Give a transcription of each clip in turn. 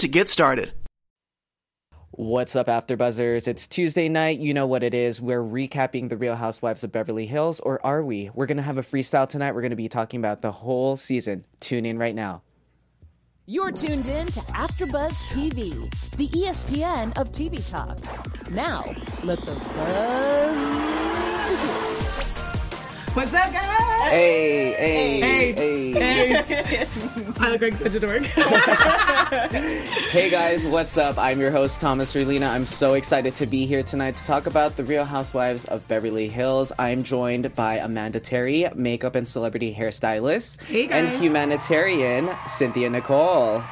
to get started. What's up, After Buzzers? It's Tuesday night. You know what it is. We're recapping The Real Housewives of Beverly Hills, or are we? We're going to have a freestyle tonight. We're going to be talking about the whole season. Tune in right now. You're tuned in to AfterBuzz TV, the E ESPN of TV talk. Now, let the buzz. What's up, guys? Hey, hey, Hey. hey. I look like such a dork. Hey guys, what's up? I'm your host, Thomas Relina. I'm so excited to be here tonight to talk about The Real Housewives of Beverly Hills. I'm joined by Amanda Terry, makeup and celebrity hairstylist, Hey, and guys. humanitarian, Cynthia Nicole.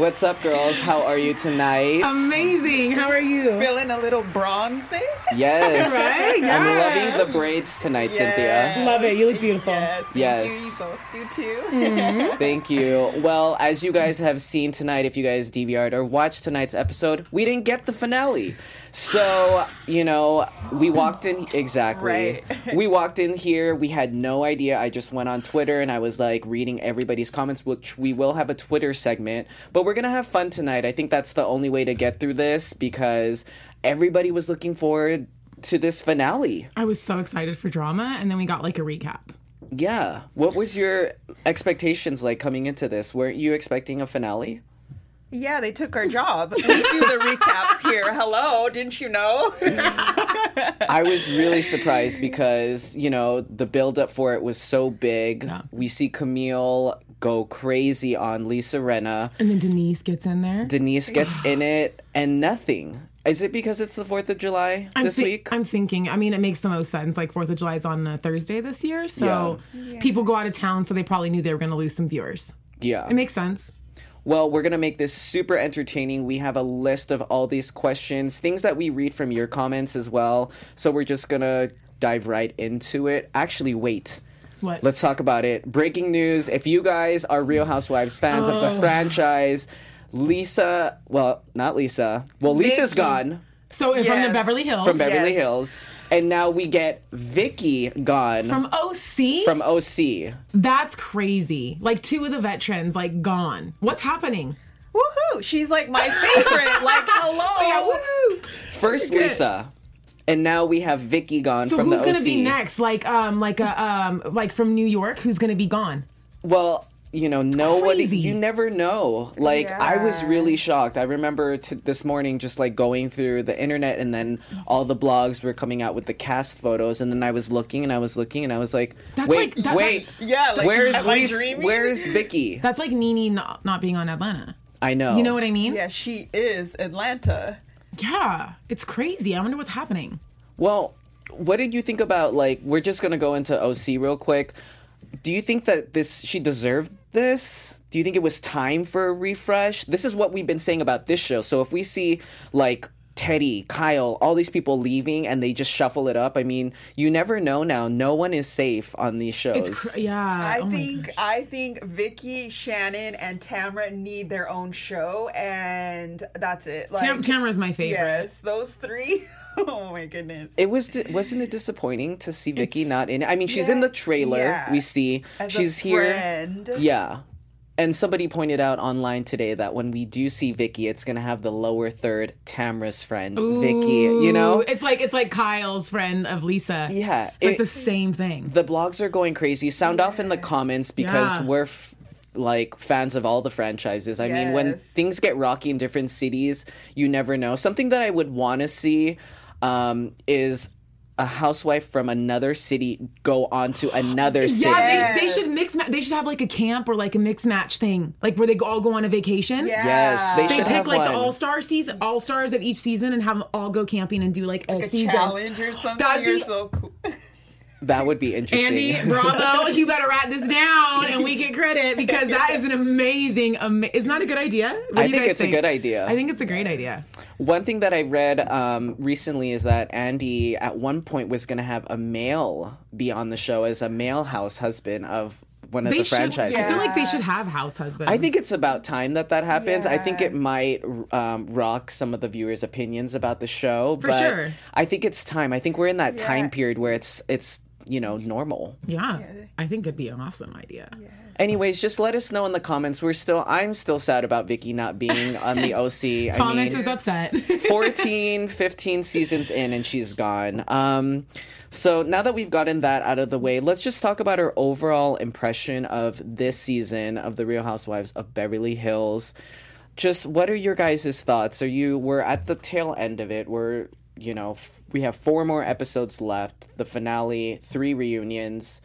what's up, girls? How are you tonight? Amazing. How are you? feeling a little bronzy. Yes. Right? I'm Yeah. loving the braids tonight, Cynthia. Yes. Love it. You look beautiful. Yes. thank Yes. You, you both do too. Hmm. Thank you. Well, as you guys have seen tonight, if you guys DVR'd or watched tonight's episode, we didn't get the finale. So, you know, we walked in exactly. Right. We walked in here, we had no idea. I just went on Twitter and I was like reading everybody's comments, which we will have a Twitter segment, but we're going to have fun tonight. I think that's the only way to get through this because everybody was looking forward to this finale. I was so excited for drama, and then we got like a recap. Yeah. What was your expectations like coming into this? Weren't you expecting a finale? Yeah, they took our job. We do the recaps here. Hello, didn't you know? I was really surprised because, you know, the build up for it was so big. We see Camille go crazy on Lisa Renna. And then Denise gets in there. Denise gets in it and nothing. Is it because it's the 4th of July I'm this thi- week? I'm thinking. I mean, it makes the most sense. Like Fourth of July is on a Thursday this year, so people go out of town, so they probably knew they were going to lose some viewers. yeah. It makes sense. Well, we're going to make this super entertaining. We have a list of all these questions, things that we read from your comments as well. So we're just going to dive right into it. Actually, wait. What? Let's talk about it. Breaking news. If you guys are Real Housewives fans of Oh. the franchise, Lisa, well, not Lisa. Well, Lisa's Vicky. gone So and from the Yes. Beverly Hills, from Beverly Yes. Hills, and now we get Vicky gone from OC, from OC. that's crazy. Like two of the veterans, like gone. What's happening? Woohoo! She's like my favorite. Like, hello. woohoo! First Lisa, and now we have Vicky gone So from who's the OC. gonna be next? Like um like a um like from New York, who's gonna be gone? Well, you know, nobody. Crazy. You never know. Like I was really shocked. I remember t- this morning just like going through the internet, and then all the blogs were coming out with the cast photos, and then I was looking and I was looking and I was like, That's wait, like- that- wait, that- Yeah, like, where's am I Lisa? dreaming? Where's Vicky? That's like Nene not, not being on Atlanta. I know. You know what I mean? Yeah, she is Atlanta. Yeah. It's crazy. I wonder what's happening. Well, what did you think about like? We're just gonna go into OC real quick. Do you think that this she deserved this? Do you think it was time for a refresh? This is what we've been saying about this show. So if we see like Teddy, Kyle, all these people leaving and they just shuffle it up, I mean, you never know now. No one is safe on these shows. It's cr- yeah. I Oh my think gosh. I think Vicky, Shannon, and Tamra need their own show, and that's it. Like, Tam- Tamara's my favorite. Yes, those three. oh my goodness. It was di- wasn't it disappointing to see Vicky not in it? I mean, she's in the trailer. yeah. We see As a she's here. friend. Yeah. And somebody pointed out online today that when we do see Vicky, it's gonna have the lower third Tamra's friend, Vicky. You Ooh, know? It's like it's like Kyle's friend of Lisa. Yeah, It's like it- the same thing. the blogs are going crazy. Sound off in the comments because Yeah. we're f- like fans of all the franchises. I mean, when Yes. things get rocky in different cities, you never know. Something that I would want to see um, is a housewife from another city go on to another city. yeah, they, they should mix. Ma- they should have like a camp or like a mix match thing, like where they all go on a vacation. Yeah. Yes, they They should pick have like one. the all star season, all stars of each season, and have them all go camping and do like a, a season challenge or something. That'd You're be- so cool. That would be interesting. Andy, bravo! you better write this down, and we get credit because that is an amazing. Ama- it's not a good idea. What do I you think guys it's a good idea. I think it's a great idea. One thing that I read um, recently is that Andy at one point was going to have a male be on the show as a male house husband of one of They the should. franchises. I feel like they should have house husbands. I think it's about time that that happens. I think it might um, rock some of the viewers' opinions about the show. For but sure. I think it's time. I think we're in that time period where it's it's you know normal. Yeah, I think it'd be an awesome idea. Anyways, just let us know in the comments. We're still I'm still sad about Vicky not being on the OC. Thomas I mean, is upset. 14, 15 seasons in and she's gone. Um, so now that we've gotten that out of the way, let's just talk about her overall impression of this season of The Real Housewives of Beverly Hills. Just what are your guys' thoughts? Are you we're at the tail end of it. We're you know, f- we have four more episodes left, the finale, three reunions.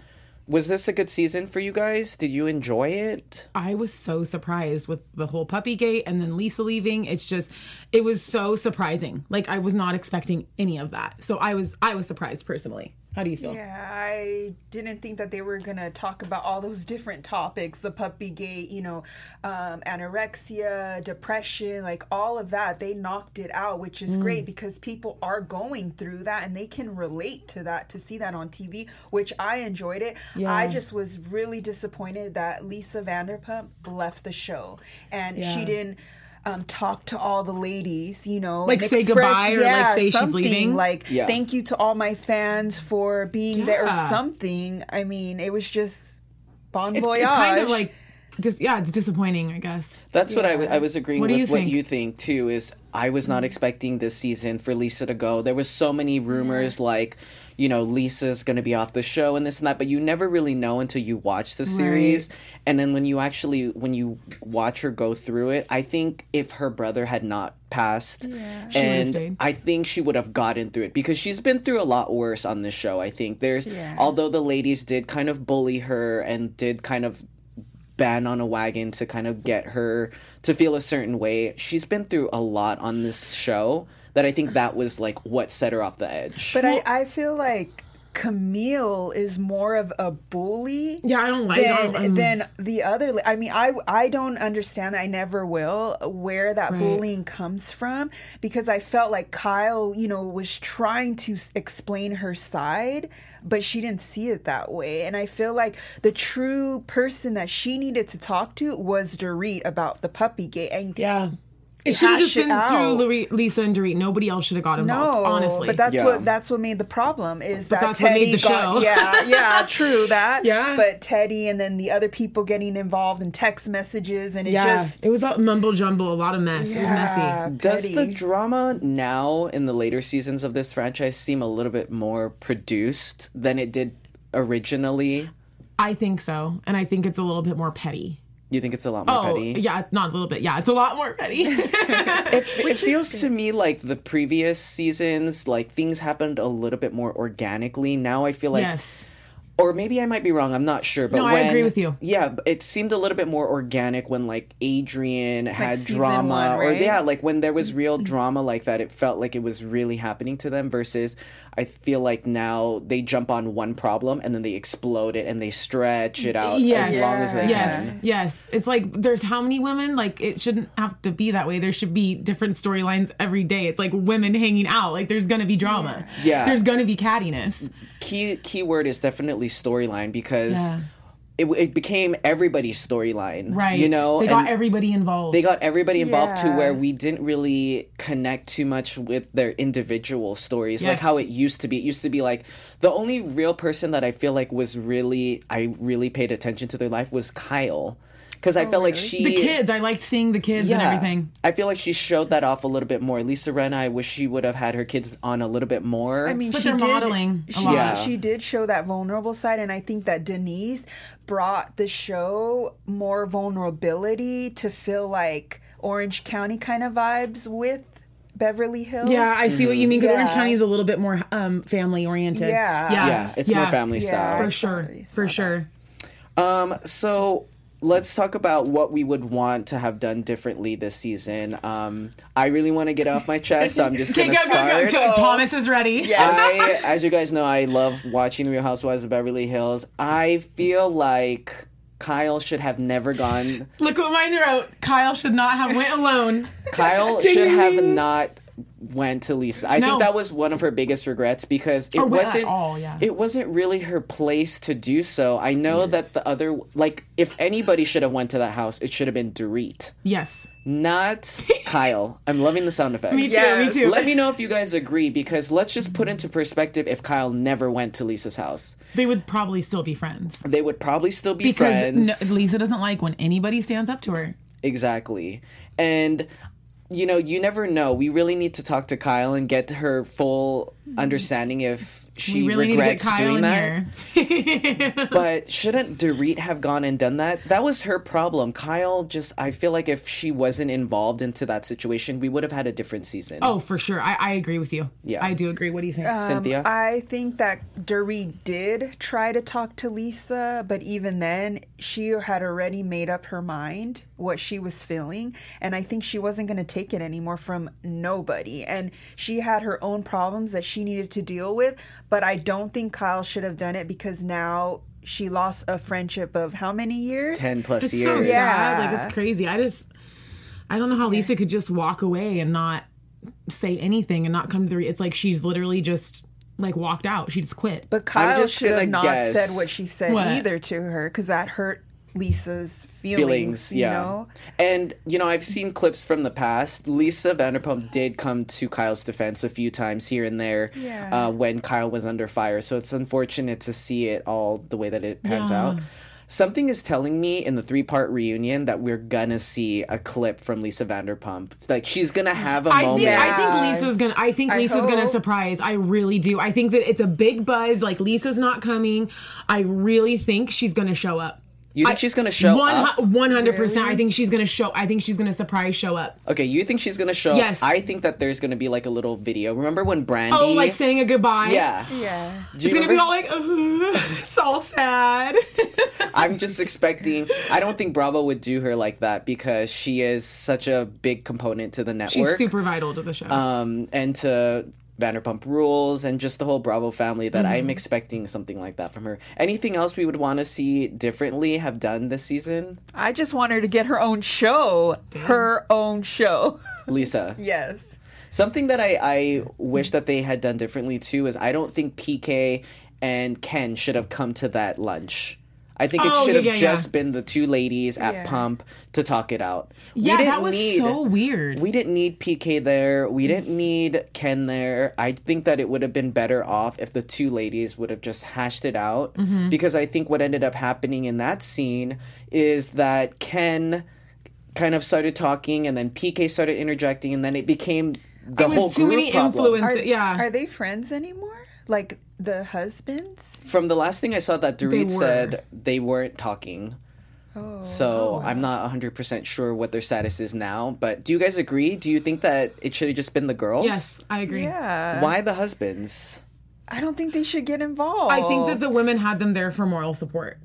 Was this a good season for you guys? Did you enjoy it? I was so surprised with the whole puppy gate and then Lisa leaving. It's just it was so surprising. Like I was not expecting any of that. So I was I was surprised personally. How do you feel? Yeah, I didn't think that they were gonna talk about all those different topics, the puppy gate, you know, um, anorexia, depression, like all of that. They knocked it out, which is Mm. great because people are going through that and they can relate to that to see that on TV, which I enjoyed it. I just was really disappointed that Lisa Vanderpump left the show and she didn't. Um, talk to all the ladies, you know, Like, and say goodbye or, like, say she's something, leaving? Like Yeah. thank you to all my fans for being there or Yeah. something. I mean, it was just bon It's, voyage. it's kind of like just yeah, it's disappointing, I guess. That's what I wa- I was agreeing What do with. you what think? Mm-hmm. you think too is I was not expecting this season for Lisa to go. There was so many rumors like, you know, Lisa's going to be off the show and this and that, but you never really know until you watch the series. And then when you actually when you watch her go through it, I think if her brother had not passed, would've and stayed. I think she would have gotten through it because she's been through a lot worse on this show. I think there's although the ladies did kind of bully her and did kind of ban on a wagon to kind of get her to feel a certain way. She's been through a lot on this show that I think that was like what set her off the edge. but I, I feel like Camille is more of a bully. Yeah, I don't like- I than, don't- mm. than the other. la- I mean, I I don't understand. I never will where that Right. bullying comes from because I felt like Kyle, you know, was trying to s- explain her side, but she didn't see it that way. And I feel like the true person that she needed to talk to was Dorit about the puppy gate. And Yeah. It should have Hash just it been out. through Lori- Lisa and Dorit. Nobody else should have got involved, No, honestly. but that's Yeah. what that's what made the problem is that that's what Teddy made the got show. yeah yeah true that Yeah. but Teddy and then the other people getting involved in text messages and it yeah, just it was a mumble jumble, a lot of mess. It was messy. Does the Petty. drama now in the later seasons of this franchise seem a little bit more produced than it did originally? I think so, and I think it's a little bit more petty. You think it's a lot more Oh, petty? yeah, not a little bit. Yeah, it's a lot more petty. it feels to me like the previous seasons, like things happened a little bit more organically. Now I feel like yes. or maybe I might be wrong. I'm not sure. But No, I when, agree with you. Yeah, b- it seemed a little bit more organic when like Adrian had season drama, one, or right? yeah, like when there Mm-hmm. was real drama like that. It felt like it was really happening to them. Versus, I feel like now they jump on one problem and then they explode it and they stretch it out Yes. uh, as long as they yes. can. Yes. It's like there's how many women? Like it shouldn't have to be that way. There should be different storylines every day. It's like women hanging out. Like there's gonna be drama. Yeah. There's gonna be cattiness. Key key word is definitely storyline because. Yeah. It, it became everybody's storyline, Right. You know, They got and- everybody involved. they got everybody involved to Yeah. where we didn't really connect too much with their individual stories like Yes. how it used to be it used to be like the only real person that i feel like was really i really paid attention to their life was kyle because i felt like she the kids. I liked seeing the kids and everything. I feel like she showed that off a little bit more. Lisa Renna, I wish she would have had her kids on a little bit more. I mean, But she they're did, modeling a She, lot. Yeah. she did show that vulnerable side, and I think that Denise brought the show more vulnerability to feel like Orange County kind of vibes with Beverly Hills. Yeah, I see what you mean because Orange Yeah. County is a little bit more um, family oriented. Yeah. yeah, it's more family Yeah. style. For sure. For sure. So let's talk about what we would want to have done differently this season. Um, I really want to get off my chest, so I'm just Okay, gonna go, go, go. start. T- Thomas is ready. Uh, I, as you guys know, I love watching Real Housewives of Beverly Hills. I feel like Kyle should have never gone. Look what mine wrote. Kyle should not have went alone. Kyle should have not went to Lisa. I No. think that was one of her biggest regrets because it went at wasn't all, yeah. it wasn't really her place to do so. I know that the other like if anybody should have went to that house, it should have been Dorit, yes. not Kyle. I'm loving the sound effects. Me too. Me Yes. too. Let me know if you guys agree because let's just put into perspective if Kyle never went to Lisa's house. they would probably still be friends They would probably still be because friends. no, Lisa doesn't like when anybody stands up to her. Exactly. And you know, you never know. We really need to talk to Kyle and get her full understanding if she We really need to get regrets Kyle doing in that. here. But shouldn't Dorit have gone and done that? That was her problem. Kyle just I feel like if she wasn't involved into that situation, we would have had a different season. Oh, for sure. I, I agree with you. Yeah. I do agree. What do you think? Cynthia. I think that Dory did try to talk to Lisa, but even then, she had already made up her mind what she was feeling. And I think she wasn't going to take it anymore from nobody. And she had her own problems that she needed to deal with. But I don't think Kyle should have done it because now she lost a friendship of how many years? 10 plus it's so years. sad. Yeah. Like it's crazy. I just I don't know how Lisa could just walk away and not say anything and not come to the. Re- it's like she's literally just like walked out. She just quit. But Kyle just should gonna have not guess. said what she said What? either to her because that hurt Lisa's feelings, feelings, you yeah. know? And you know, I've seen clips from the past. Lisa Vanderpump did come to Kyle's defense a few times here and there Yeah. uh, when Kyle was under fire. So it's unfortunate to see it all the way that it pans out. Something is telling me in the three part reunion that we're gonna see a clip from Lisa Vanderpump. Like she's gonna have a I moment. think I think Lisa's gonna I think Lisa's gonna hope. surprise. I really do. I think that it's a big buzz. Like Lisa's not coming. I really think she's gonna show up. you think I- she's gonna show one, up? One hundred percent. I think she's gonna show. I think she's gonna surprise show up. Okay, you think she's gonna show? Yes. I think that there's gonna be like a little video. Remember when Brandy? Oh, like saying a goodbye. yeah. Yeah. Do you It's gonna remember- be all like, "Ugh, it's all sad. I'm just expecting. I don't think Bravo would do her like that because she is such a big component to the She's network super vital to the show. um, and to Vanderpump Rules and just the whole Bravo family. That Mm-hmm. I'm expecting something like that from her. Anything else we would want to see differently have done this season, I just want her to get her own show. Her own show. Lisa? Yes. Something that I, I wish that they had done differently too is I don't think PK and Ken should have come to that lunch. I think it Oh, should yeah, have yeah, just yeah. been the two ladies at Yeah. Pump to talk it out. We yeah, that didn't was need- so weird. We didn't need PK there. Mm. We didn't need Ken there. I think that it would have been better off if the two ladies would have just hashed it out. Mm-hmm. Because I think what ended up happening in that scene is that Ken kind of started talking and then PK started interjecting and then it became the it was whole too group many problem. influences. yeah. Are they friends anymore? Like the husbands? From the last thing I saw that Dorit were. Oh, said they weren't talking. So I'm not 100% sure what their status is now, but do you guys agree? Do you think that it should have just been the girls? yes, I agree. Yeah. Why the husbands? I don't think they should get involved. I think that the women had them there for moral support.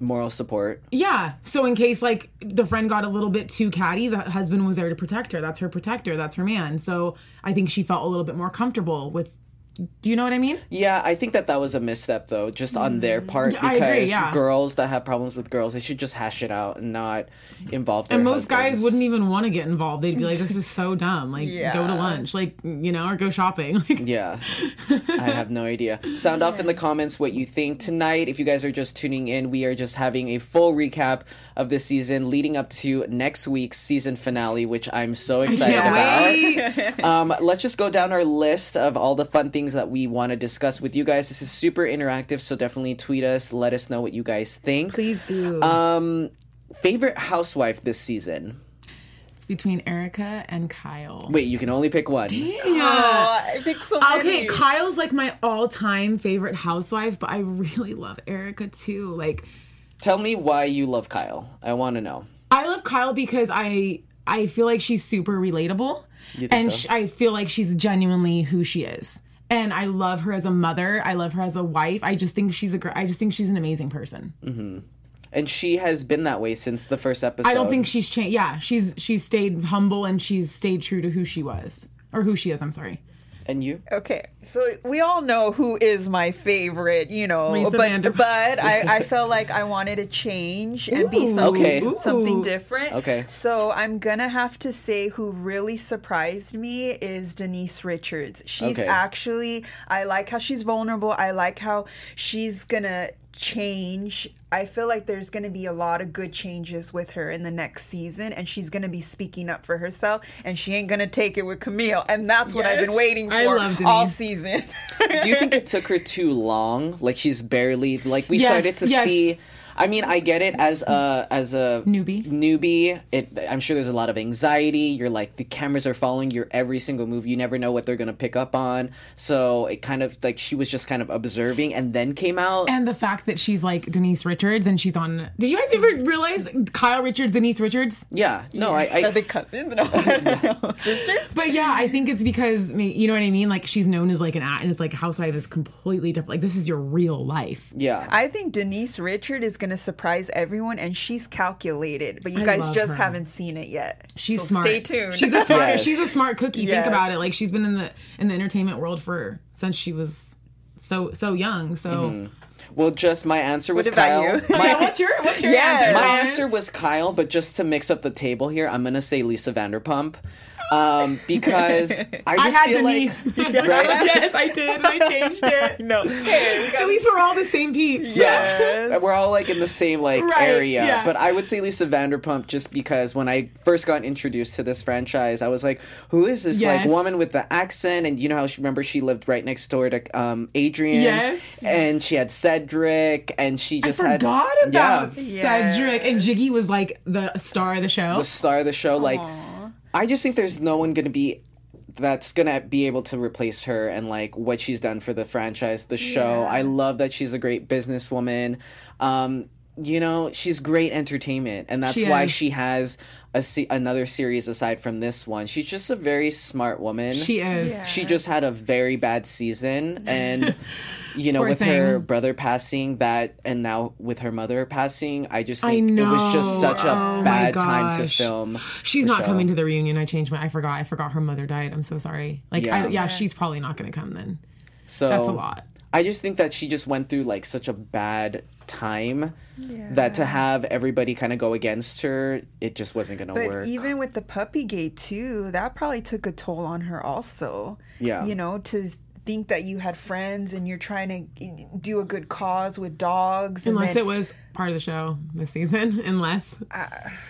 Moral support. Yeah. So in case like the friend got a little bit too catty, the husband was there to protect her. That's her protector. That's her man. So I think she felt a little bit more comfortable with. Do you know what I mean? Yeah, I think that that was a misstep though, just on their part Mm. I because agree, yeah. girls that have problems with girls, they should just hash it out and not involve. Their And most guys husbands. wouldn't even want to get involved. They'd be like, "This is so dumb. Like, go to lunch. Like, you know, or go shopping." Like, Yeah, I have no idea. Sound off in the comments what you think tonight. If you guys are just tuning in, we are just having a full recap of this season leading up to next week's season finale, which I'm so excited can't about. wait. um, let's just go down our list of all the fun things that we want to discuss with you guys. This is super interactive, so definitely tweet us. Let us know what you guys think. Um, Please do. Favorite housewife this season? it's between Erica and Kyle. Wait, you can only pick one. Oh, I think so Okay, many. Kyle's like my all-time favorite housewife, but I really love Erica too. Like, Tell me why you love Kyle. I want to know. I love Kyle because I I feel like she's super relatable, and so? sh- I feel like she's genuinely who she is. And I love her as a mother. I love her as a wife. I just think she's a gr- I just think she's an amazing person. And she has been that way since the first episode. I don't think she's changed. Yeah, she's she's stayed humble and she's stayed true to who she was or who she is. I'm sorry. And you? Okay, so we all know who is my favorite, you know, Lisa but Vanderpump. but I, I felt like I wanted to change and be Ooh, something, Okay. something ooh. different. Okay. So I'm gonna have to say who really surprised me is Denise Richards. She's Okay. actually I like how she's vulnerable. I like how she's gonna change. I feel like there's going to be a lot of good changes with her in the next season and she's going to be speaking up for herself and she ain't going to take it with Camille and that's what I've been Yes. waiting for I love Denise. all season. Do you think it took her too long? Like she's barely like we Yes, started to yes. see. I mean, I get it as a as a Newbie. Newbie, it, I'm sure there's a lot of anxiety. You're like the cameras are following your every single move. You never know what they're gonna pick up on. So it kind of like she was just kind of observing and then came out. And the fact that she's like Denise Richards and she's on. Did you guys ever realize Kyle Richards, Denise Richards? yeah, no, I, Are they I cousins? No. Sisters? But yeah, I think it's because ma- you know what I mean. Like she's known as like an act, and it's like housewife is completely different. Like this is your real life. yeah. I think Denise Richard is going to surprise everyone and she's calculated, but you I guys love just her. haven't seen it yet. She's So smart. Stay tuned. She's a smart. Yes. She's a smart cookie. Yes. Think about it. Like she's been in the in the entertainment world for since she was so so young. So Mm-hmm. well, just my answer was What about Kyle. you? Yeah, My, what's your what's your Yes. answer? my Thomas? answer was Kyle, but just to mix up the table here, I'm gonna say Lisa Vanderpump, um, because I I just had feel Denise. like right. yes, I did. and I changed it. no. Hey, we got- At least we're all the same peeps. Yeah. Yes. We're all like in the same like Right, area. yeah. But I would say Lisa Vanderpump just because when I first got introduced to this franchise, I was like, who is this Yes. like woman with the accent? And you know how she remember she lived right next door to um Adrian. Yes. And she had Cedric and she just had Forgot about yeah, Yeah. Cedric and Jiggy was like the star of the show. the star of the show. Like I just think there's no one gonna be that's gonna be able to replace her and like what she's done for the franchise, the show. I love that she's a great businesswoman. Um, you know, she's great entertainment, and that's She why is. she has a se- another series aside from this one. She's just a very smart woman. She is. She just had a very bad season, and you know, Poor with her thing. brother passing, that, and now with her mother passing, I just I think it was just know. such a Oh my bad time to gosh. film. She's the not show. coming to the reunion. I changed my. I forgot. I forgot her mother died. I'm so sorry. Like, Yeah. I, yeah, she's probably not going to come then. So That's a lot. I just think that she just went through like such a bad time that to have everybody kind of go against her, it just wasn't gonna But work. even with the puppy gate too, that probably took a toll on her also. Yeah. You know, to think that you had friends and you're trying to eh, do a good cause with dogs. and Unless then- it was part of the show this season. Unless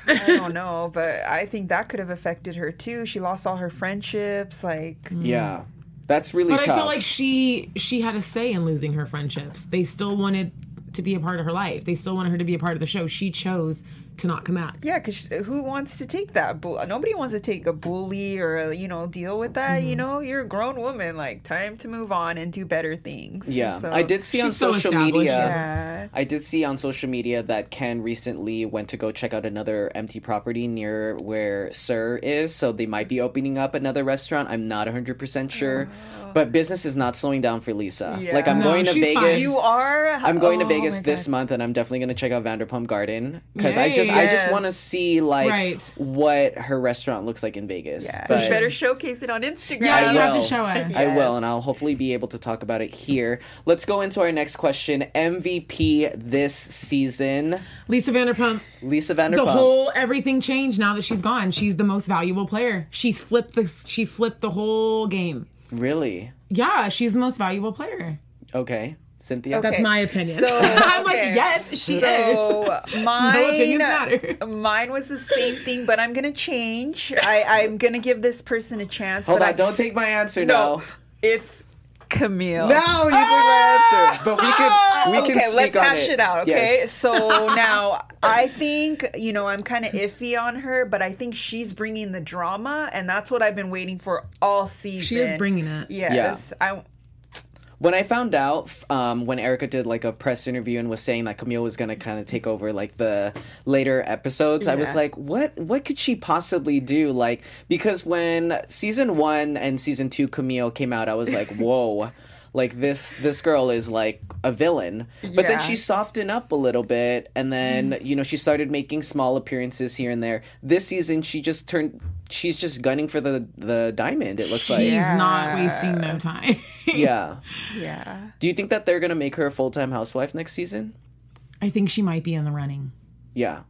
I don't know, but I think that could have affected her too. She lost all her friendships. Like, yeah, that's really But tough. I feel like she she had a say in losing her friendships. They still wanted to be a part of her life. They still wanted her to be a part of the show. She chose to not come out. yeah, because who wants to take that? Bull- Nobody wants to take a bully or, you know, deal with that. Mm-hmm. You know, you're a grown woman. Like, time to move on and do better things. yeah, So- I did see on She's so social established, media. Yeah. I did see on social media that Ken recently went to go check out another empty property near where Sir is, so they might be opening up another restaurant. I'm not 100% sure, but business is not slowing down for Lisa. Oh. Yeah. Like I'm No, going to she's Vegas. fine. You are. I'm going oh to Vegas my this God. month, and I'm definitely going to check out Vanderpump Garden because I just I just Yes. want to see like Right. what her restaurant looks like in Vegas. Yeah. But you better showcase it on Instagram. Yeah, I you have to will. show us. I will, and I'll hopefully be able to talk about it here. Let's go into our next question. MVP this season, Lisa Vanderpump, Lisa Vanderpump. the whole everything changed now that she's gone. She's the most valuable player. She's flipped the she flipped the whole game. really Yeah, she's the most valuable player. okay, Cynthia. Okay. That's my opinion. So- I'm like, okay. yes, she is. So mine, opinions matter. mine was the same thing, but I'm gonna change. I, I'm gonna give this person a chance. Hold but on, I, don't take my answer No, now. it's Camille. Uh, No, you took my answer, but we can we can Ah! okay, speak let's on hash it. out. Okay, Yes. so now I think you know I'm kind of iffy on her, but I think she's bringing the drama, and that's what I've been waiting for all season. She is bringing it. Yes, I. when I found out, f- um, when Erica did like a press interview and was saying that Camille was gonna kind of take over like the later episodes, I was Yeah. like, what? What could she possibly do? Like because when season one and season two Camille came out, I was like, whoa. like this this girl is like a villain. But then Yeah. Mm. she softened up a little bit, and then you know she started making small appearances here and there. This season, she just turned. She's just gunning for the the diamond. It looks She's like. not wasting no time. Yeah. Yeah. Do you think that they're gonna make her a full time housewife next season? I think she might be in the running. Yeah.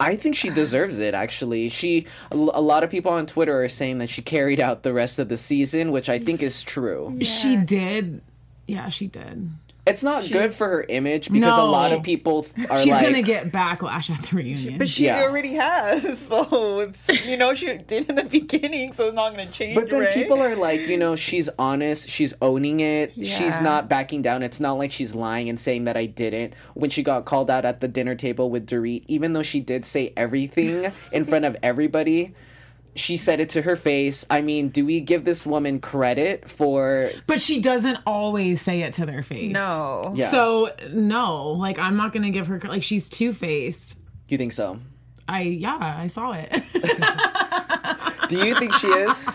I think she deserves it actually. She a l- a lot of people on Twitter are saying that she carried out the rest of the season, which I think is true. She did. Yeah, she did. It's not good for her image because a No. lot of people th- are She's like gonna get backlash at the reunion. But she Yeah. already has, so it's you know she did in the beginning, so it's not gonna change. But then right? people are like, you know, she's honest, she's owning it, she's Yeah. not backing down. It's not like she's lying and saying that I didn't. When she got called out at the dinner table with Dorit, even though she did say everything in front of everybody, she said it to her face. I mean, do we give this woman credit for But she doesn't always say it to their face. no. Yeah. So no, like I'm not gonna give her cr- like she's two faced. you think so? I yeah, I saw it. Do you think she is?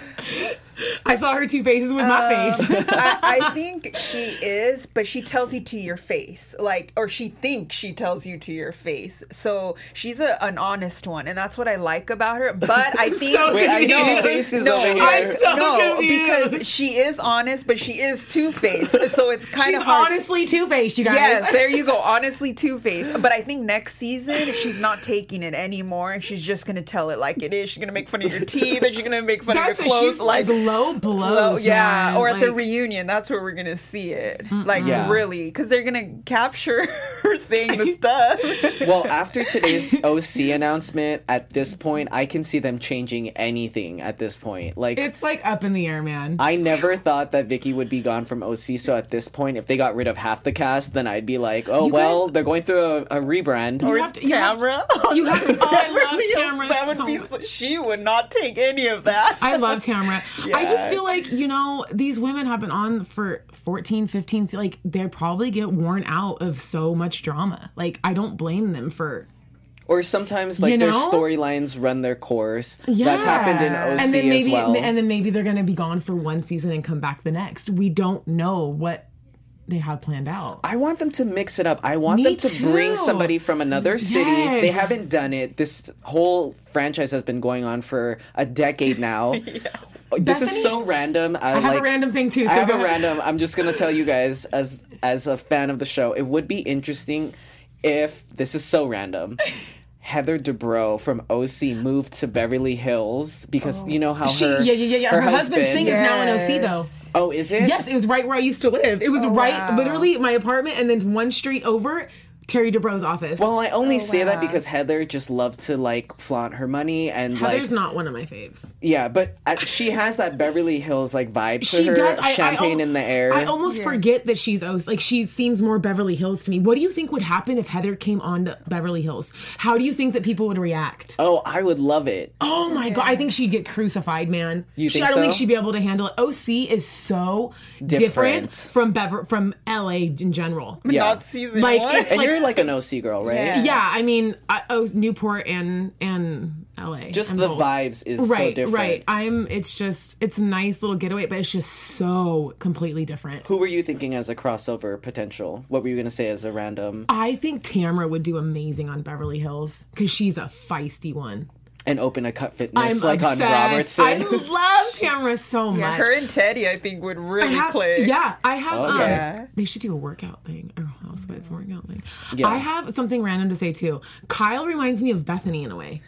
I saw her two faces with my Uh, face. I, I think she is, but she tells you to your face, like, or she thinks she tells you to your face. So she's a, an honest one, and that's what I like about her. But I think so Wait, I see no, faces no, over here. I'm so no, confused. because she is honest, but she is two faced. So it's kind She's of hard. honestly two faced, you guys. Yes, there you go. Honestly, Two Face. But I think next season she's not taking it anymore, and she's just gonna tell it like it is. She's gonna make fun of your teeth, and she's gonna make fun That's of what your clothes. she's like, low blows. Well, yeah, man. or at the Like, reunion, that's where we're gonna see it. Like Yeah. really, because they're gonna capture her saying the stuff. Well, after today's OC announcement, at this point, I can see them changing anything at this point. Like It's like up in the air, man. I never thought that Vicky would be gone from OC. So at this point, if they got rid of half the cast, then I'd be like, oh You well, guys- they're going through a, a rebrand. you have to, you have- Tamara, you have to- oh, I love Really, Tamara That would so be. much. She would not take any of that. I love Tamara. I just Yeah. feel like, you know, these women have been on for 14, 15, so, like they probably get worn out of so much drama. Like I don't blame them for or sometimes like You their know? storylines run their course. That's happened in OC and then maybe, as well. And then maybe they're going to be gone for one season and come back the next. We don't know what they have planned out. I want them to mix it up. I want Me them to bring too. Mm, somebody from another city. They Yes. haven't done it. This whole franchise has been going on for a decade now. This is Bethany, so random. I, I have like- a random thing too. So I have go a ahead. random. I'm just gonna tell you guys as as a fan of the show, it would be interesting if this is so random. Heather Dubrow from OC moved to Beverly Hills because you know how Oh. She, her yeah, yeah, yeah, yeah. Her, husband's thing is now in OC though. oh is it Yes, it was right where I used to live. It was Oh, right, literally my apartment, and then one street over, Terry DeBro's office. Well, I only say that because Heather just loved to like flaunt her money and Heather's like not one of my faves. yeah, but uh, she has that Beverly Hills like vibe to She her, does. I, I, champagne al- in the air. I almost forget that she's oh, like she seems more Beverly Hills to me. What do you think would happen if Heather came on to Beverly Hills? How do you think that people would react? oh, I would love it. Oh my god! I think she'd get crucified, man. You She- think I don't think so? she'd be able to handle it. OC is so Different. different, from Bever- from LA in general. Yeah. Not season Like, one. it's and like- uh, you're like an OC girl, right? Yeah. Yeah, I mean, I, oh, Newport and and LA. Just I'm the both. vibes is so Right, different. right. I'm. It's just. It's a nice little getaway, but it's just so completely different. Who were you thinking as a crossover potential? What were you gonna say as a random I think Tamara would do amazing on Beverly Hills because she's a feisty one. and open a cut fitness I'm like obsessed. on Robertson? I love Tamara so Yeah, much. her and Teddy, I think, would I really have- click. Yeah, I have. um, yeah. They should do a workout thing Oh, or housewives workout thing. Yeah. I have something random to say too. Kyle reminds me of Bethany in a way.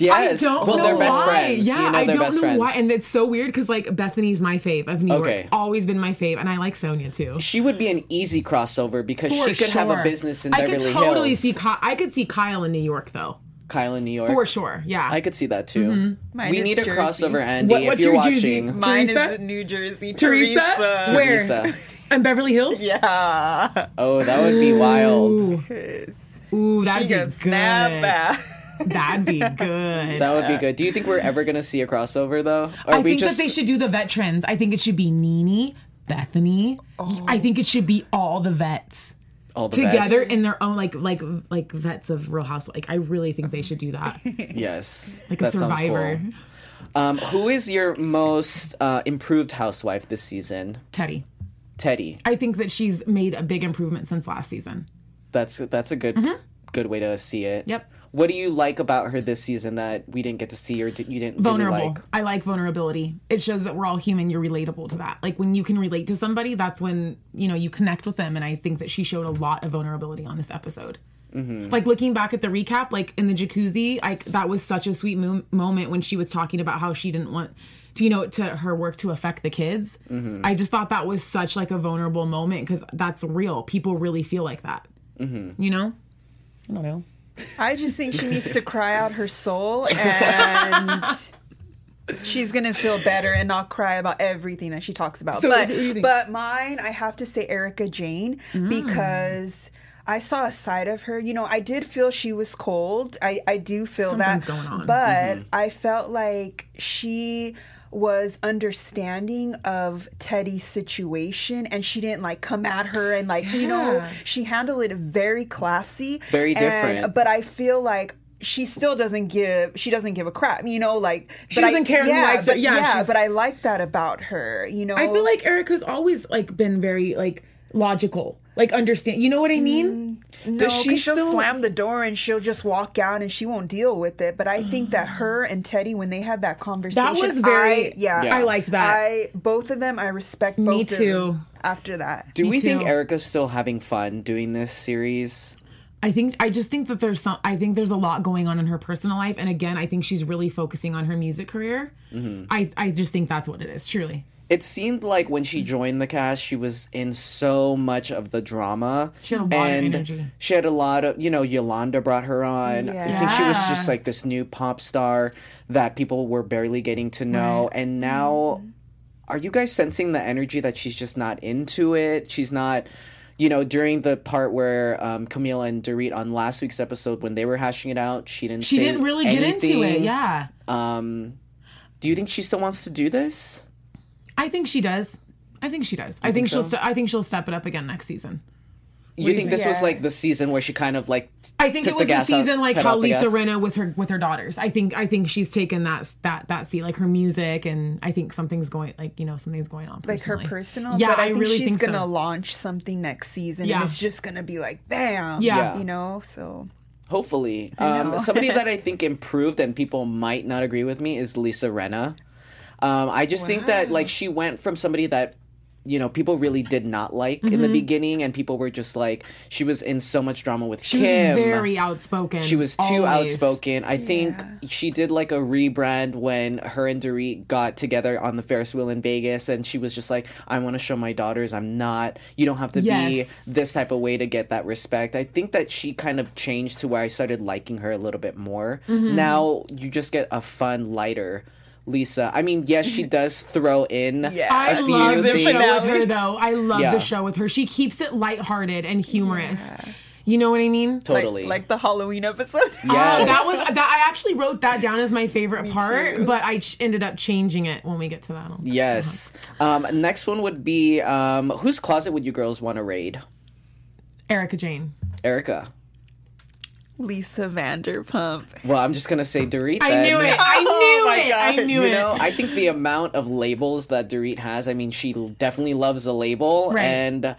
yes. I don't well, know they're best why. friends. Yeah, you know I they're don't best know friends. why. And it's so weird because like Bethany's my fave of New York, Okay. always been my fave, and I like Sonia too. she would be an easy crossover because For she could have a sure. business in I Beverly could totally Hills. see. Ky- I could see Kyle in New York though, Kyle in New York. for sure. Yeah. I could see that too. Mine we is need a Jersey. crossover, Andy, Mm-hmm. What- if what's you're your Jersey? watching. Mine Teresa? is New Jersey. Teresa? Where? Teresa. and Beverly Hills. Yeah. Oh, that would be wild. Ooh, Ooh that'd She be can good. snap back. That'd be good. That would be good. Do you think we're ever gonna see a crossover though? Or I we think just that they should do the veterans. I think it should be Nini, Bethany. I think it should be all the vets all the together vets? in their own like like like vets of Real House. Like I really think they should do that, Yes, like a that sounds survivor. cool. Um, who is your most uh, improved housewife this season? Teddy. Teddy. I think that she's made a big improvement since last season. That's that's a good good way to see it. Mm-hmm. Yep. What do you like about her this season that we didn't get to see or d- you didn't Vulnerable. really like? I like vulnerability. It shows that we're all human. You're relatable to that. Like when you can relate to somebody, that's when you know you connect with them. And I think that she showed a lot of vulnerability on this episode. Mm-hmm. Like looking back at the recap, like in the jacuzzi, like that was such a sweet mo- moment when she was talking about how she didn't want, to, you know, to her work to affect the kids. Mm-hmm. I just thought that was such like a vulnerable moment because that's real. People really feel like that. Mm-hmm. You know. I don't know. I just think she needs to cry out her soul and she's going to feel better and not cry about everything that she talks about. but but mine, I have to say Erica Jane Mm. because I saw a side of her. You know, I did feel she was cold. I I do feel Something's that. going on. Mm-hmm. But but I felt like she was understanding of Teddy's situation and she didn't like come at her and like you know Yeah. she handled it very classy Very and- different. but I feel like she still doesn't give she doesn't give a crap you know like She but I- doesn't care who likes her. but, Yeah, she's- but I like that about her you know I feel like Erica's always like been very like logical, like understand. You know what I mean? No, Oh, 'cause she'll slam the door and she'll just walk out and she won't deal with it. But I think that her and Teddy, when they had that conversation, Mm. That was very. I, yeah, I liked that. I both of them. I respect both Me of too. them after that. Do we think too. Erica's still having fun doing this series? I think I just think that there's some. I think there's a lot going on in her personal life, and again, I think she's really focusing on her music career. Mm-hmm. I I just think that's what it is. Truly, It seemed like when she joined the cast, she was in so much of the drama. She had a lot of and energy. She had a lot of, you know, Yolanda brought her on. I think she was Yeah. just like this new pop star that people were barely getting to know. And now, are you guys sensing the energy that she's just not into it? She's not. You know, during the part where um, Camille and Dorit on last week's episode, when they were hashing it out, she didn't. she say didn't really get into it. anything. Yeah, Um, do you think she still wants to do this? I think she does. I think she does. I think, she'll. St- I think she'll step it up again next season. You think this was Yeah. like the season where she kind of like t- I think took it was the, gas out- season like pedal how off the Lisa gas? Rinna with her with her daughters. I think I think she's taken that that that seat like her music and I think something's going like you know something's going on like her personally. personal, Yeah, but I, I think really she's think so. gonna launch something next season. Yeah. and it's just gonna be like bam, Yeah. you know. So Hopefully, um, somebody that I think improved and people might not agree with me is Lisa Renna. Um, I just think that like she went from somebody that you know people really did not like in the beginning, and people were just like she was in so much drama with She was Kim. very outspoken. She was too always. outspoken. I think she did like a rebrand when her and Dorit got together on the Ferris wheel in Vegas, and she was just like, "I want to show my daughters I'm not. You don't have to Yes. be this type of way to get that respect." I think that she kind of changed to where I started liking her a little bit more. Mm-hmm. Now you just get a fun, lighter Lisa. I mean, yes, she does throw in. Yeah. I A few love the things. show with her though. I love Yeah. the show with her. She keeps it lighthearted and humorous. You know what I mean? like, Totally. like the Halloween episode. Yes. Oh, that was that. I actually wrote that down as my favorite part, but I ch- ended up changing it when we get to that. I'll- Yes. uh-huh. Um, next one would be um, whose closet would you girls want to raid? Erica Jane. Erica. Lisa Vanderpump. Well, I'm just gonna say Dorit. I then. Oh knew it. I knew my it. I God. knew You it. know, I think the amount of labels that Dorit has. I mean, she l- definitely loves a label, Right. and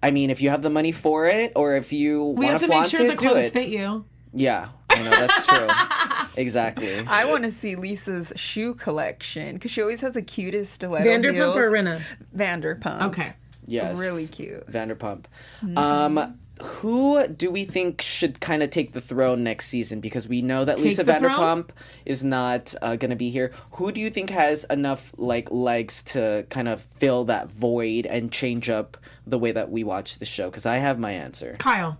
I mean, if you have the money for it, or if you we want have to to make flaunt sure it, the do clothes it. fit you. Yeah, I know that's true. exactly. I want to see Lisa's shoe collection because she always has the cutest stiletto Vanderpump heels. or Rinna? Vanderpump. Okay. Yes, Really cute. Vanderpump. Mm-hmm. Um, who do we think should kind of take the throne next season? Because we know that Lisa the throne? Vanderpump is not uh, going to be here. Who do you think has enough like legs to kind of fill that void and change up the way that we watch the show? Because I have my answer. Kyle.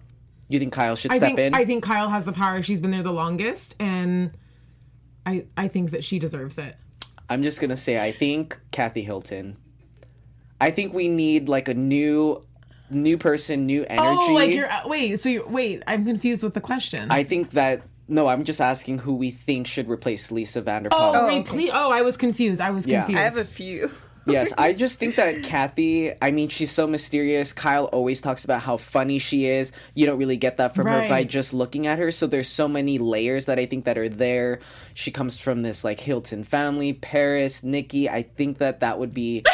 You think Kyle should I step think in? I think Kyle has the power. She's been there the longest and I I think that she deserves it. I'm just gonna say I think Kathy Hilton. I think we need like a new, new person, new energy. Oh, like you're wait, so you're wait, I'm confused with the question. I think that no, I'm just asking who we think should replace Lisa Vanderpump. oh, replay. Oh, I was confused. I was Yeah. confused. I have a few. yes, I just think that Kathy, I mean, she's so mysterious. Kyle always talks about how funny she is. You don't really get that from her by Right. just looking at her. So there's so many layers that I think that are there. She comes from this like Hilton family, Paris, Nikki. I think that that would be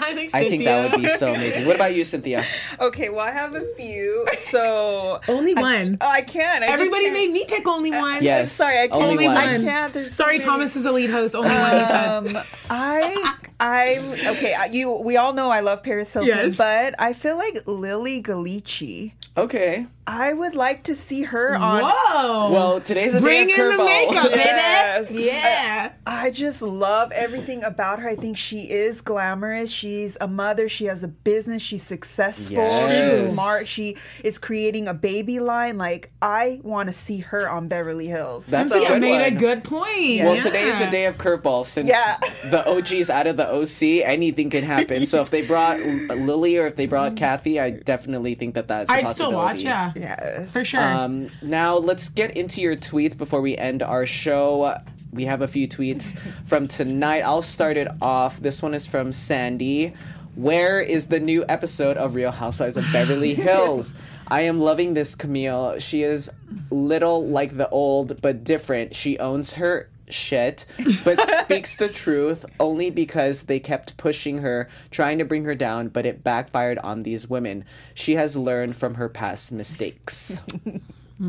I think I think that would be Cynthia. so amazing. What about you, Cynthia? Okay, well, I have a few. So Only I- one. oh, I can't. I just Everybody can't. made me pick only one. I'm Yes. sorry, I can't. Only I one. can't. There's so Sorry, many. Thomas is the lead host. Only one. He said. Um, I, I'm okay. I- You, we all know I love Paris Hilton, Yes. but I feel like Lily Galici. Okay. I would like to see her on. Whoa. Well, today's a Bring day of in the curveball. makeup, baby. Yes. Yeah. I just love everything about her. I think she is glamorous. She's a mother. She has a business. She's successful. Yes. She's smart. She is creating a baby line. Like I want to see her on Beverly Hills. That's So- a Cynthia good made one. a good point. Well, Yeah. today is a day of curveball since Yeah. the OG's out of the OC. Anything can happen. So if they brought L- Lily or if they brought Kathy, I definitely think that that's. a Mm. I'd still possibility. watch. Yeah. Yes. For sure. Um, now let's get into your tweets before we end our show. We have a few tweets from tonight. I'll start it off. This one is from Sandy. Where is the new episode of Real Housewives of Beverly Hills? I am loving this Camille. She is little like the old, but different. She owns her shit, but speaks the truth only because they kept pushing her, trying to bring her down, but it backfired on these women. She has learned from her past mistakes.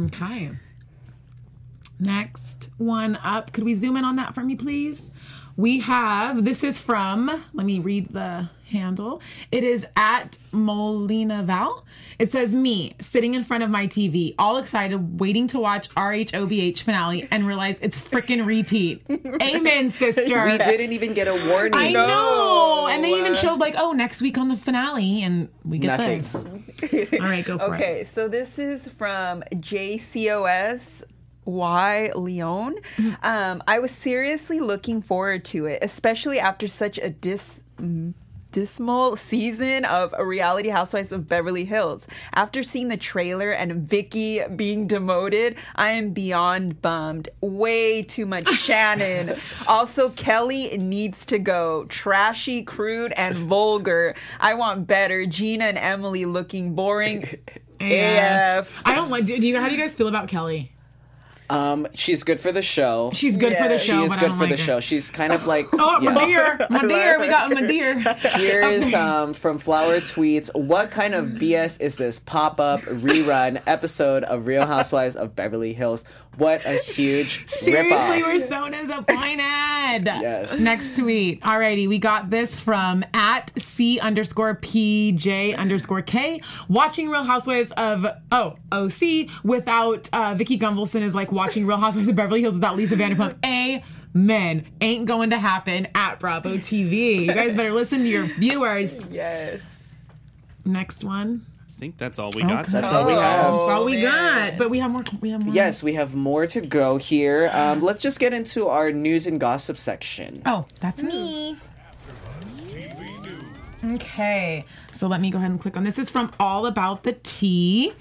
Okay. Next one up. Could we zoom in on that for me, please? We have, this is from, let me read the handle. It is at Molina Val. It says, Me sitting in front of my TV, all excited, waiting to watch RHOBH finale and realize it's frickin' repeat. Amen, sister. We didn't even get a warning. I know. And they even showed, like, oh, next week on the finale, and we get Nothing. this. All right, go for Okay, it. so this is from JCOS. Y Leon. Um, I was seriously looking forward to it, especially after such a dis. mm, Dismal season of Reality Housewives of Beverly Hills. After seeing the trailer and Vicky being demoted, I am beyond bummed. Way too much Shannon. Also, Kelly needs to go. Trashy, crude, and vulgar. I want better. Gina and Emily looking boring AF. I don't like, do do you, how do you guys feel about Kelly? Um, she's good for the show. She's good for the Yes. She show. is but I good don't for like the her. show. She's kind of like Oh, yeah. my dear, my dear, we got my dear. Here is um, from Flower Tweets. What kind of BS is this pop up rerun episode of Real Housewives of Beverly Hills? What a huge Seriously, ripoff. we're so disappointed. Yes. Next tweet. Alrighty, we got this from at C underscore PJ underscore K. Watching Real Housewives of oh OC without uh, Vicky Gunvalson is like watching Real Housewives of Beverly Hills without Lisa Vanderpump. Amen. ain't going to happen at Bravo TV. You guys better listen to your viewers. Yes. Next one. I think that's all we got. Okay. That's all we have. That's all we man. got. But we have more. We have more. Oh, Yes, we have more to go here. Um, let's just get into our news and gossip section. Oh, that's me. Okay, so let me go ahead and click on this. Is from All About the Tea,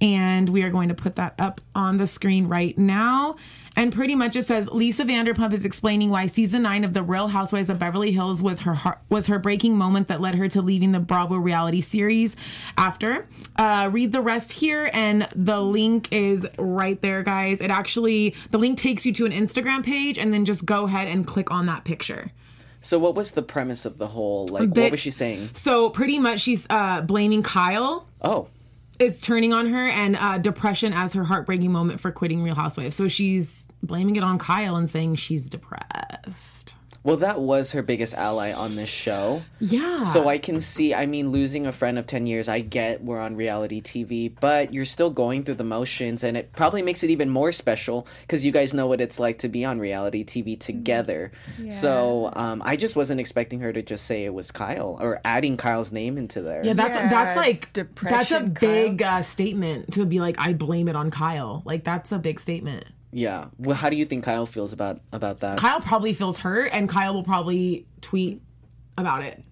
and we are going to put that up on the screen right now. And pretty much it says Lisa Vanderpump is explaining why season nine of The Real Housewives of Beverly Hills was her heart, was her breaking moment that led her to leaving the Bravo reality series. After, uh, read the rest here, and the link is right there, guys. It actually the link takes you to an Instagram page, and then just go ahead and click on that picture. So, what was the premise of the whole? Like, That- what was she saying? So pretty much she's uh, blaming Kyle Oh, is turning on her and uh, depression as her heartbreaking moment for quitting Real Housewives. So she's blaming it on Kyle and saying she's depressed. well, that was her biggest ally on this show. Yeah. So I can see, I mean, losing a friend of 10 years, I get we're on reality TV, but you're still going through the motions, and it probably makes it even more special because you guys know what it's like to be on reality Mm-hmm. TV together. So um, I just wasn't expecting her to just say it was Kyle or adding Kyle's name into there. yeah, that's that's Yeah, like that's a depression, big uh, statement to be like I blame it on Kyle. Like that's a big statement. Yeah. Well, how do you think Kyle feels about, about that? Kyle probably feels hurt, and Kyle will probably tweet about it.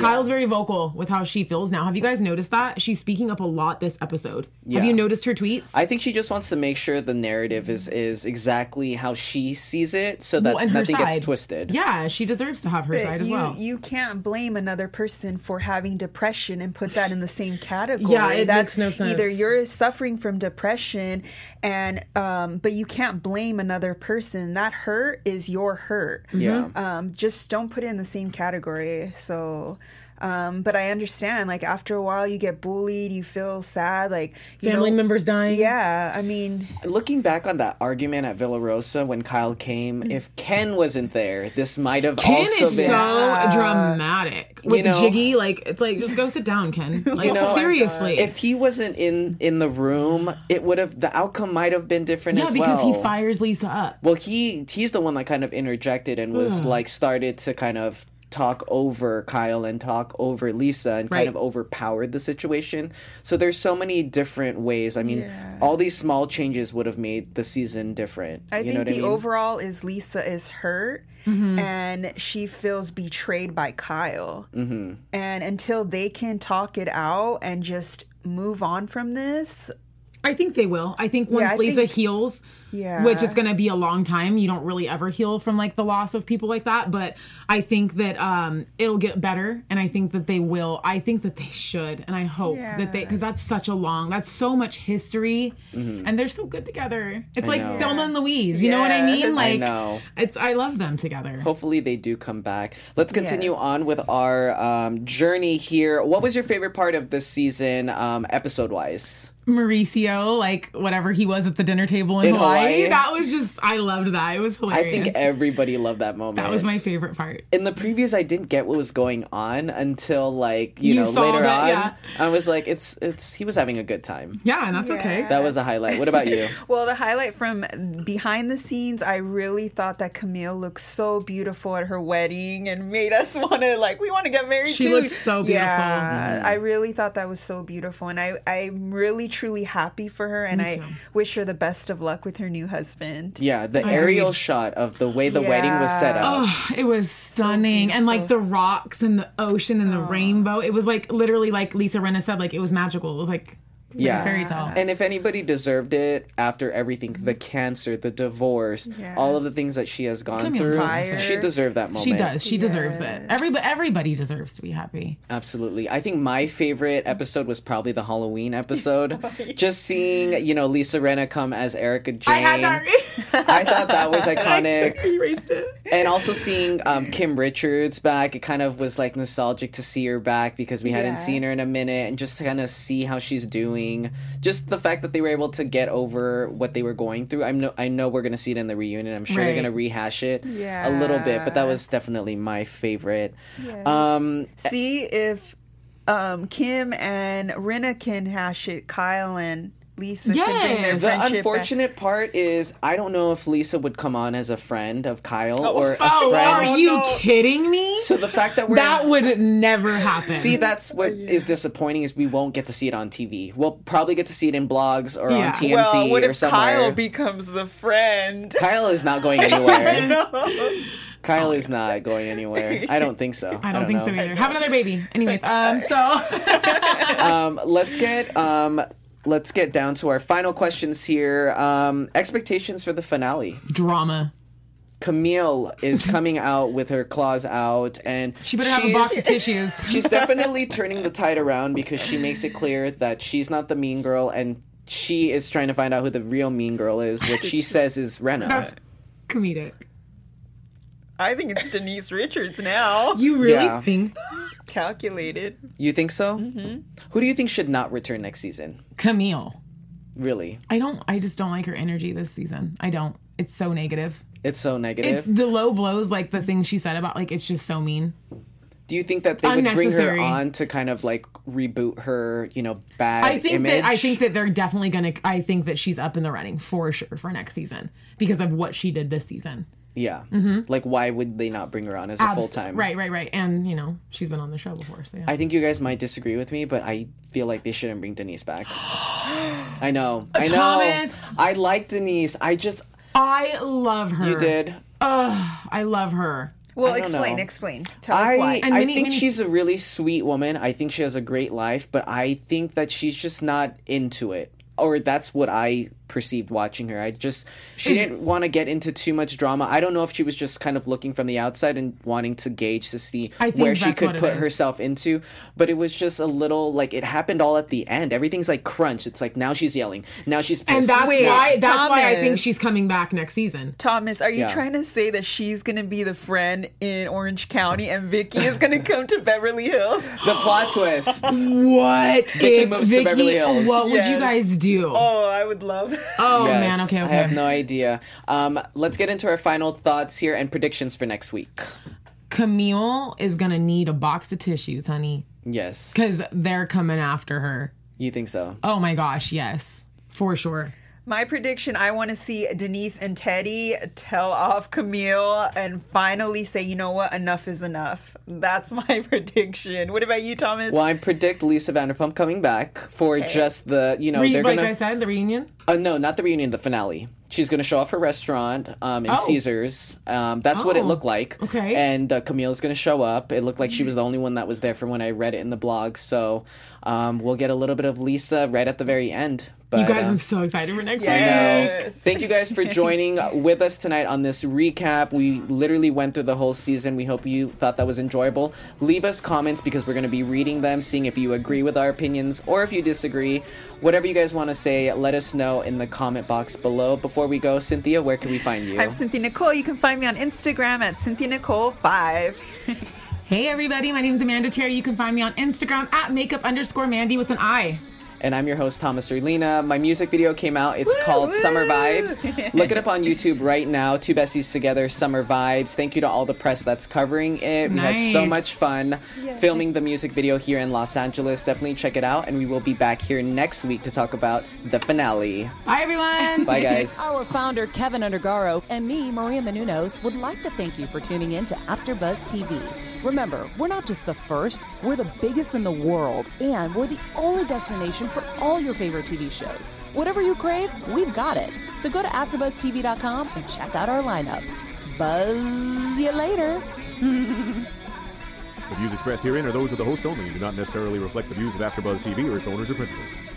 Kyle's very vocal with how she feels now. Have you guys noticed that she's speaking up a lot this episode? Yeah. Have you noticed her tweets? I think she just wants to make sure the narrative is, is exactly how she sees it so that Well, and her nothing side. gets twisted. Yeah, she deserves to have her side as you, well. you can't blame another person for having depression and put that in the same category. Yeah, it That's makes no sense. Either you're suffering from depression, and um, but you can't blame another person. That hurt is your hurt. Yeah. Mm-hmm. Um, just don't put it in the same category. So. Um, but I understand, like after a while, you get bullied, you feel sad, like you Family know- members dying. Yeah, I mean, Looking back on that argument at Villarosa when Kyle came, if Ken wasn't there, this might have Mm. Ken also is been. so dramatic with know- Jiggy. Like it's like just go sit down, Ken. Like Oh know, seriously. if he wasn't in in the room, it would have the outcome might have been different yeah, as well. because he fires Lisa up. Well, he he's the one that kind of interjected and was Mm. like started to kind of talk over Kyle and talk over Lisa and kind Right. of overpowered the situation. So there's so many different ways. I mean, all these small changes would have made the season different. I you know think what the I mean? overall is Lisa is hurt Mm-hmm. and she feels betrayed by Kyle. Mm-hmm. And until they can talk it out and just move on from this, I think they will. I think once I Lisa think- heals, Yeah. which it's going to be a long time. You don't really ever heal from like the loss of people like that, but I think that um it'll get better and I think that they will. I think that they should and I hope that they cuz that's such a long. That's so much history and they're so good together. It's like Mm-hmm. know. Thelma and Louise, you know what I Yes. I mean? Like know. it's I love them together. Hopefully they do come back. Let's continue Yes. on with our um, journey here. What was your favorite part of this season, um, episode wise? Mauricio, like whatever he was at the dinner table in, In Hawaii. Hawaii. That was just I loved that. It was I hilarious. think everybody loved that moment. that was my favorite part. in the previews I didn't get what was going on until like you, You know saw later that, on yeah. I was like it's it's he was having a good time. Yeah, and that's okay. That was a highlight. What about you? Well, the highlight from behind the scenes, I really thought that Camille looked so beautiful at her wedding and made us want to like we want to get married. She too. looked so beautiful. Yeah, Mm-hmm. I really thought that was so beautiful, and I I'm really truly happy for her, and I wish her the best of luck with her new husband. Yeah, the aerial shot of the way the wedding was set up. It was stunning. and like the rocks and the ocean and the rainbow. It was like literally like Lisa Renna said, like it was magical. It was like, it was like Yeah. a fairy tale. Mm-hmm. And if anybody deserved it after everything, the cancer, the divorce, all of the things that she has gone Camille through, deserves she it. deserved that moment. she does. She deserves it. Everybody, everybody deserves to be happy. Absolutely. I think my favorite episode was probably the Halloween episode. Oh, Just seeing, you know, Lisa Renna come as Erica Jane. I had that. I thought that was I iconic. took- erased it. and also seeing um, Kim Richards back, it kind of was like nostalgic to see her back because we hadn't seen her in a minute, and just to kind of see how she's doing. Just the fact that they were able to get over what they were going through. I know, I know, we're gonna see it in the reunion. I'm sure they're Right. gonna rehash it a little bit, but that was definitely my favorite. Um, See if um, Kim and Rina can hash it. Kyle and Lisa can bring their Yes. The friendship the back. unfortunate part is I don't know if Lisa would come on as a friend of Kyle or a Oh, friend. are you kidding me? So the fact that we're that would never happen. See, that's what is disappointing is we won't get to see it on TV. We'll probably get to see it in blogs or on Yeah. TMZ Well, what or if somewhere. Kyle becomes the friend? Kyle is not going anywhere. Kyle is not going anywhere. I don't think so. I don't, think so know. either. Have another baby. Anyways, um, so Um, let's get um, let's get down to our final questions here. Um, expectations for the finale. drama. Camille is coming out with her claws out, and She better have a box of tissues. she's definitely turning the tide around because she makes it clear that she's not the mean girl and she is trying to find out who the real mean girl is, which she says is Rena. Comedic. I think it's Denise Richards now. You really Yeah. think Calculated. You think so? Mm-hmm. Who do you think should not return next season? Camille? Really? I don't. I just don't like her energy this season. I don't. It's so negative. It's so It's negative. the low blows, like the thing she said about like it's just so mean. do you think that they would bring her unnecessary. on to kind of like reboot her, you know, bad I think image? that I think that they're definitely gonna. I think that she's up in the running for sure for next season because of what she did this season. yeah. Like, why would they not bring her on as a Abs- full time? Mm-hmm. Right, right, right. And you know she's been on the show before, so yeah. I think you guys might disagree with me, but I feel like they shouldn't bring Denise back. I know. I know. Thomas! I like Denise. I just I love her. you did. I love her. Well, I don't explain, know. explain. Tell us I, why. I And many- think many- she's a really sweet woman. I think she has a great life, but I think that she's just not into it. Or that's what I perceived watching her. I just she didn't want to get into too much drama. I don't know if she was just kind of looking from the outside and wanting to gauge to see I think where she that's could what it put is. herself into, but it was just a little like it happened all at the end. Everything's like crunch. It's like now she's yelling, now she's pissed. and that's Wait, why that's why I think Thomas. she's coming back next season. Thomas, are you Yeah. trying to say that she's gonna be the friend in Orange County and Vicky is gonna come to Beverly Hills? the plot twist. What if moves to Vicky? Beverly Hills. What would you Yes. guys do? Oh, Oh, I would love. man, Yes, okay, okay. I have no idea. Um, let's get into our final thoughts here and predictions for next week. Camille is gonna need a box of tissues, honey, Yes. because they're coming after her. You think so? Oh my gosh, yes, for sure. My prediction: I want to see Denise and Teddy tell off Camille and finally say, you know what, enough is enough. That's my prediction. What about you, Thomas? Well, I predict Lisa Vanderpump coming back for just the, you know, Re- they're like gonna. I said, the reunion. Uh, no, not the reunion, the finale. She's going to show off her restaurant um, in Oh. Caesars. Um, that's what it Oh, looked like. okay. And uh, Camille's going to show up. It looked like she was the only one that was there from when I read it in the blog. So um, we'll get a little bit of Lisa right at the very end. But, You guys, um, I'm so excited for next I week. know. Yes. Thank you guys for joining with us tonight on this recap. We literally went through the whole season. We hope you thought that was enjoyable. Leave us comments because we're going to be reading them, seeing if you agree with our opinions or if you disagree. Whatever you guys want to say, let us know in the comment box below. Before we go, Cynthia, where can we find you? I'm Cynthia Nicole. You can find me on Instagram at Cynthia Nicole Five. Hey everybody, my name is Amanda Terry. You can find me on Instagram at makeup underscore Mandy with an I. and I'm your host, Thomas Urlina. My music video came out. It's Woo, called woo. Summer Vibes. Look it up on YouTube right now. Two Bessies Together, Summer Vibes. Thank you to all the press that's covering it. We had so Nice. much fun filming the music video here in Los Angeles. Definitely check it out. And we will be back here next week to talk about the finale. Bye everyone. Bye, guys. Our founder, Kevin Undergaro, and me, Maria Menounos, would like to thank you for tuning in to AfterBuzz TV. Remember, we're not just the first, we're the biggest in the world, and we're the only destination for all your favorite TV shows. Whatever you crave, we've got it. So go to AfterBuzzTV.com and check out our lineup. Buzz you later. The views expressed herein are those of the hosts only and do not necessarily reflect the views of AfterBuzz TV or its owners or principals.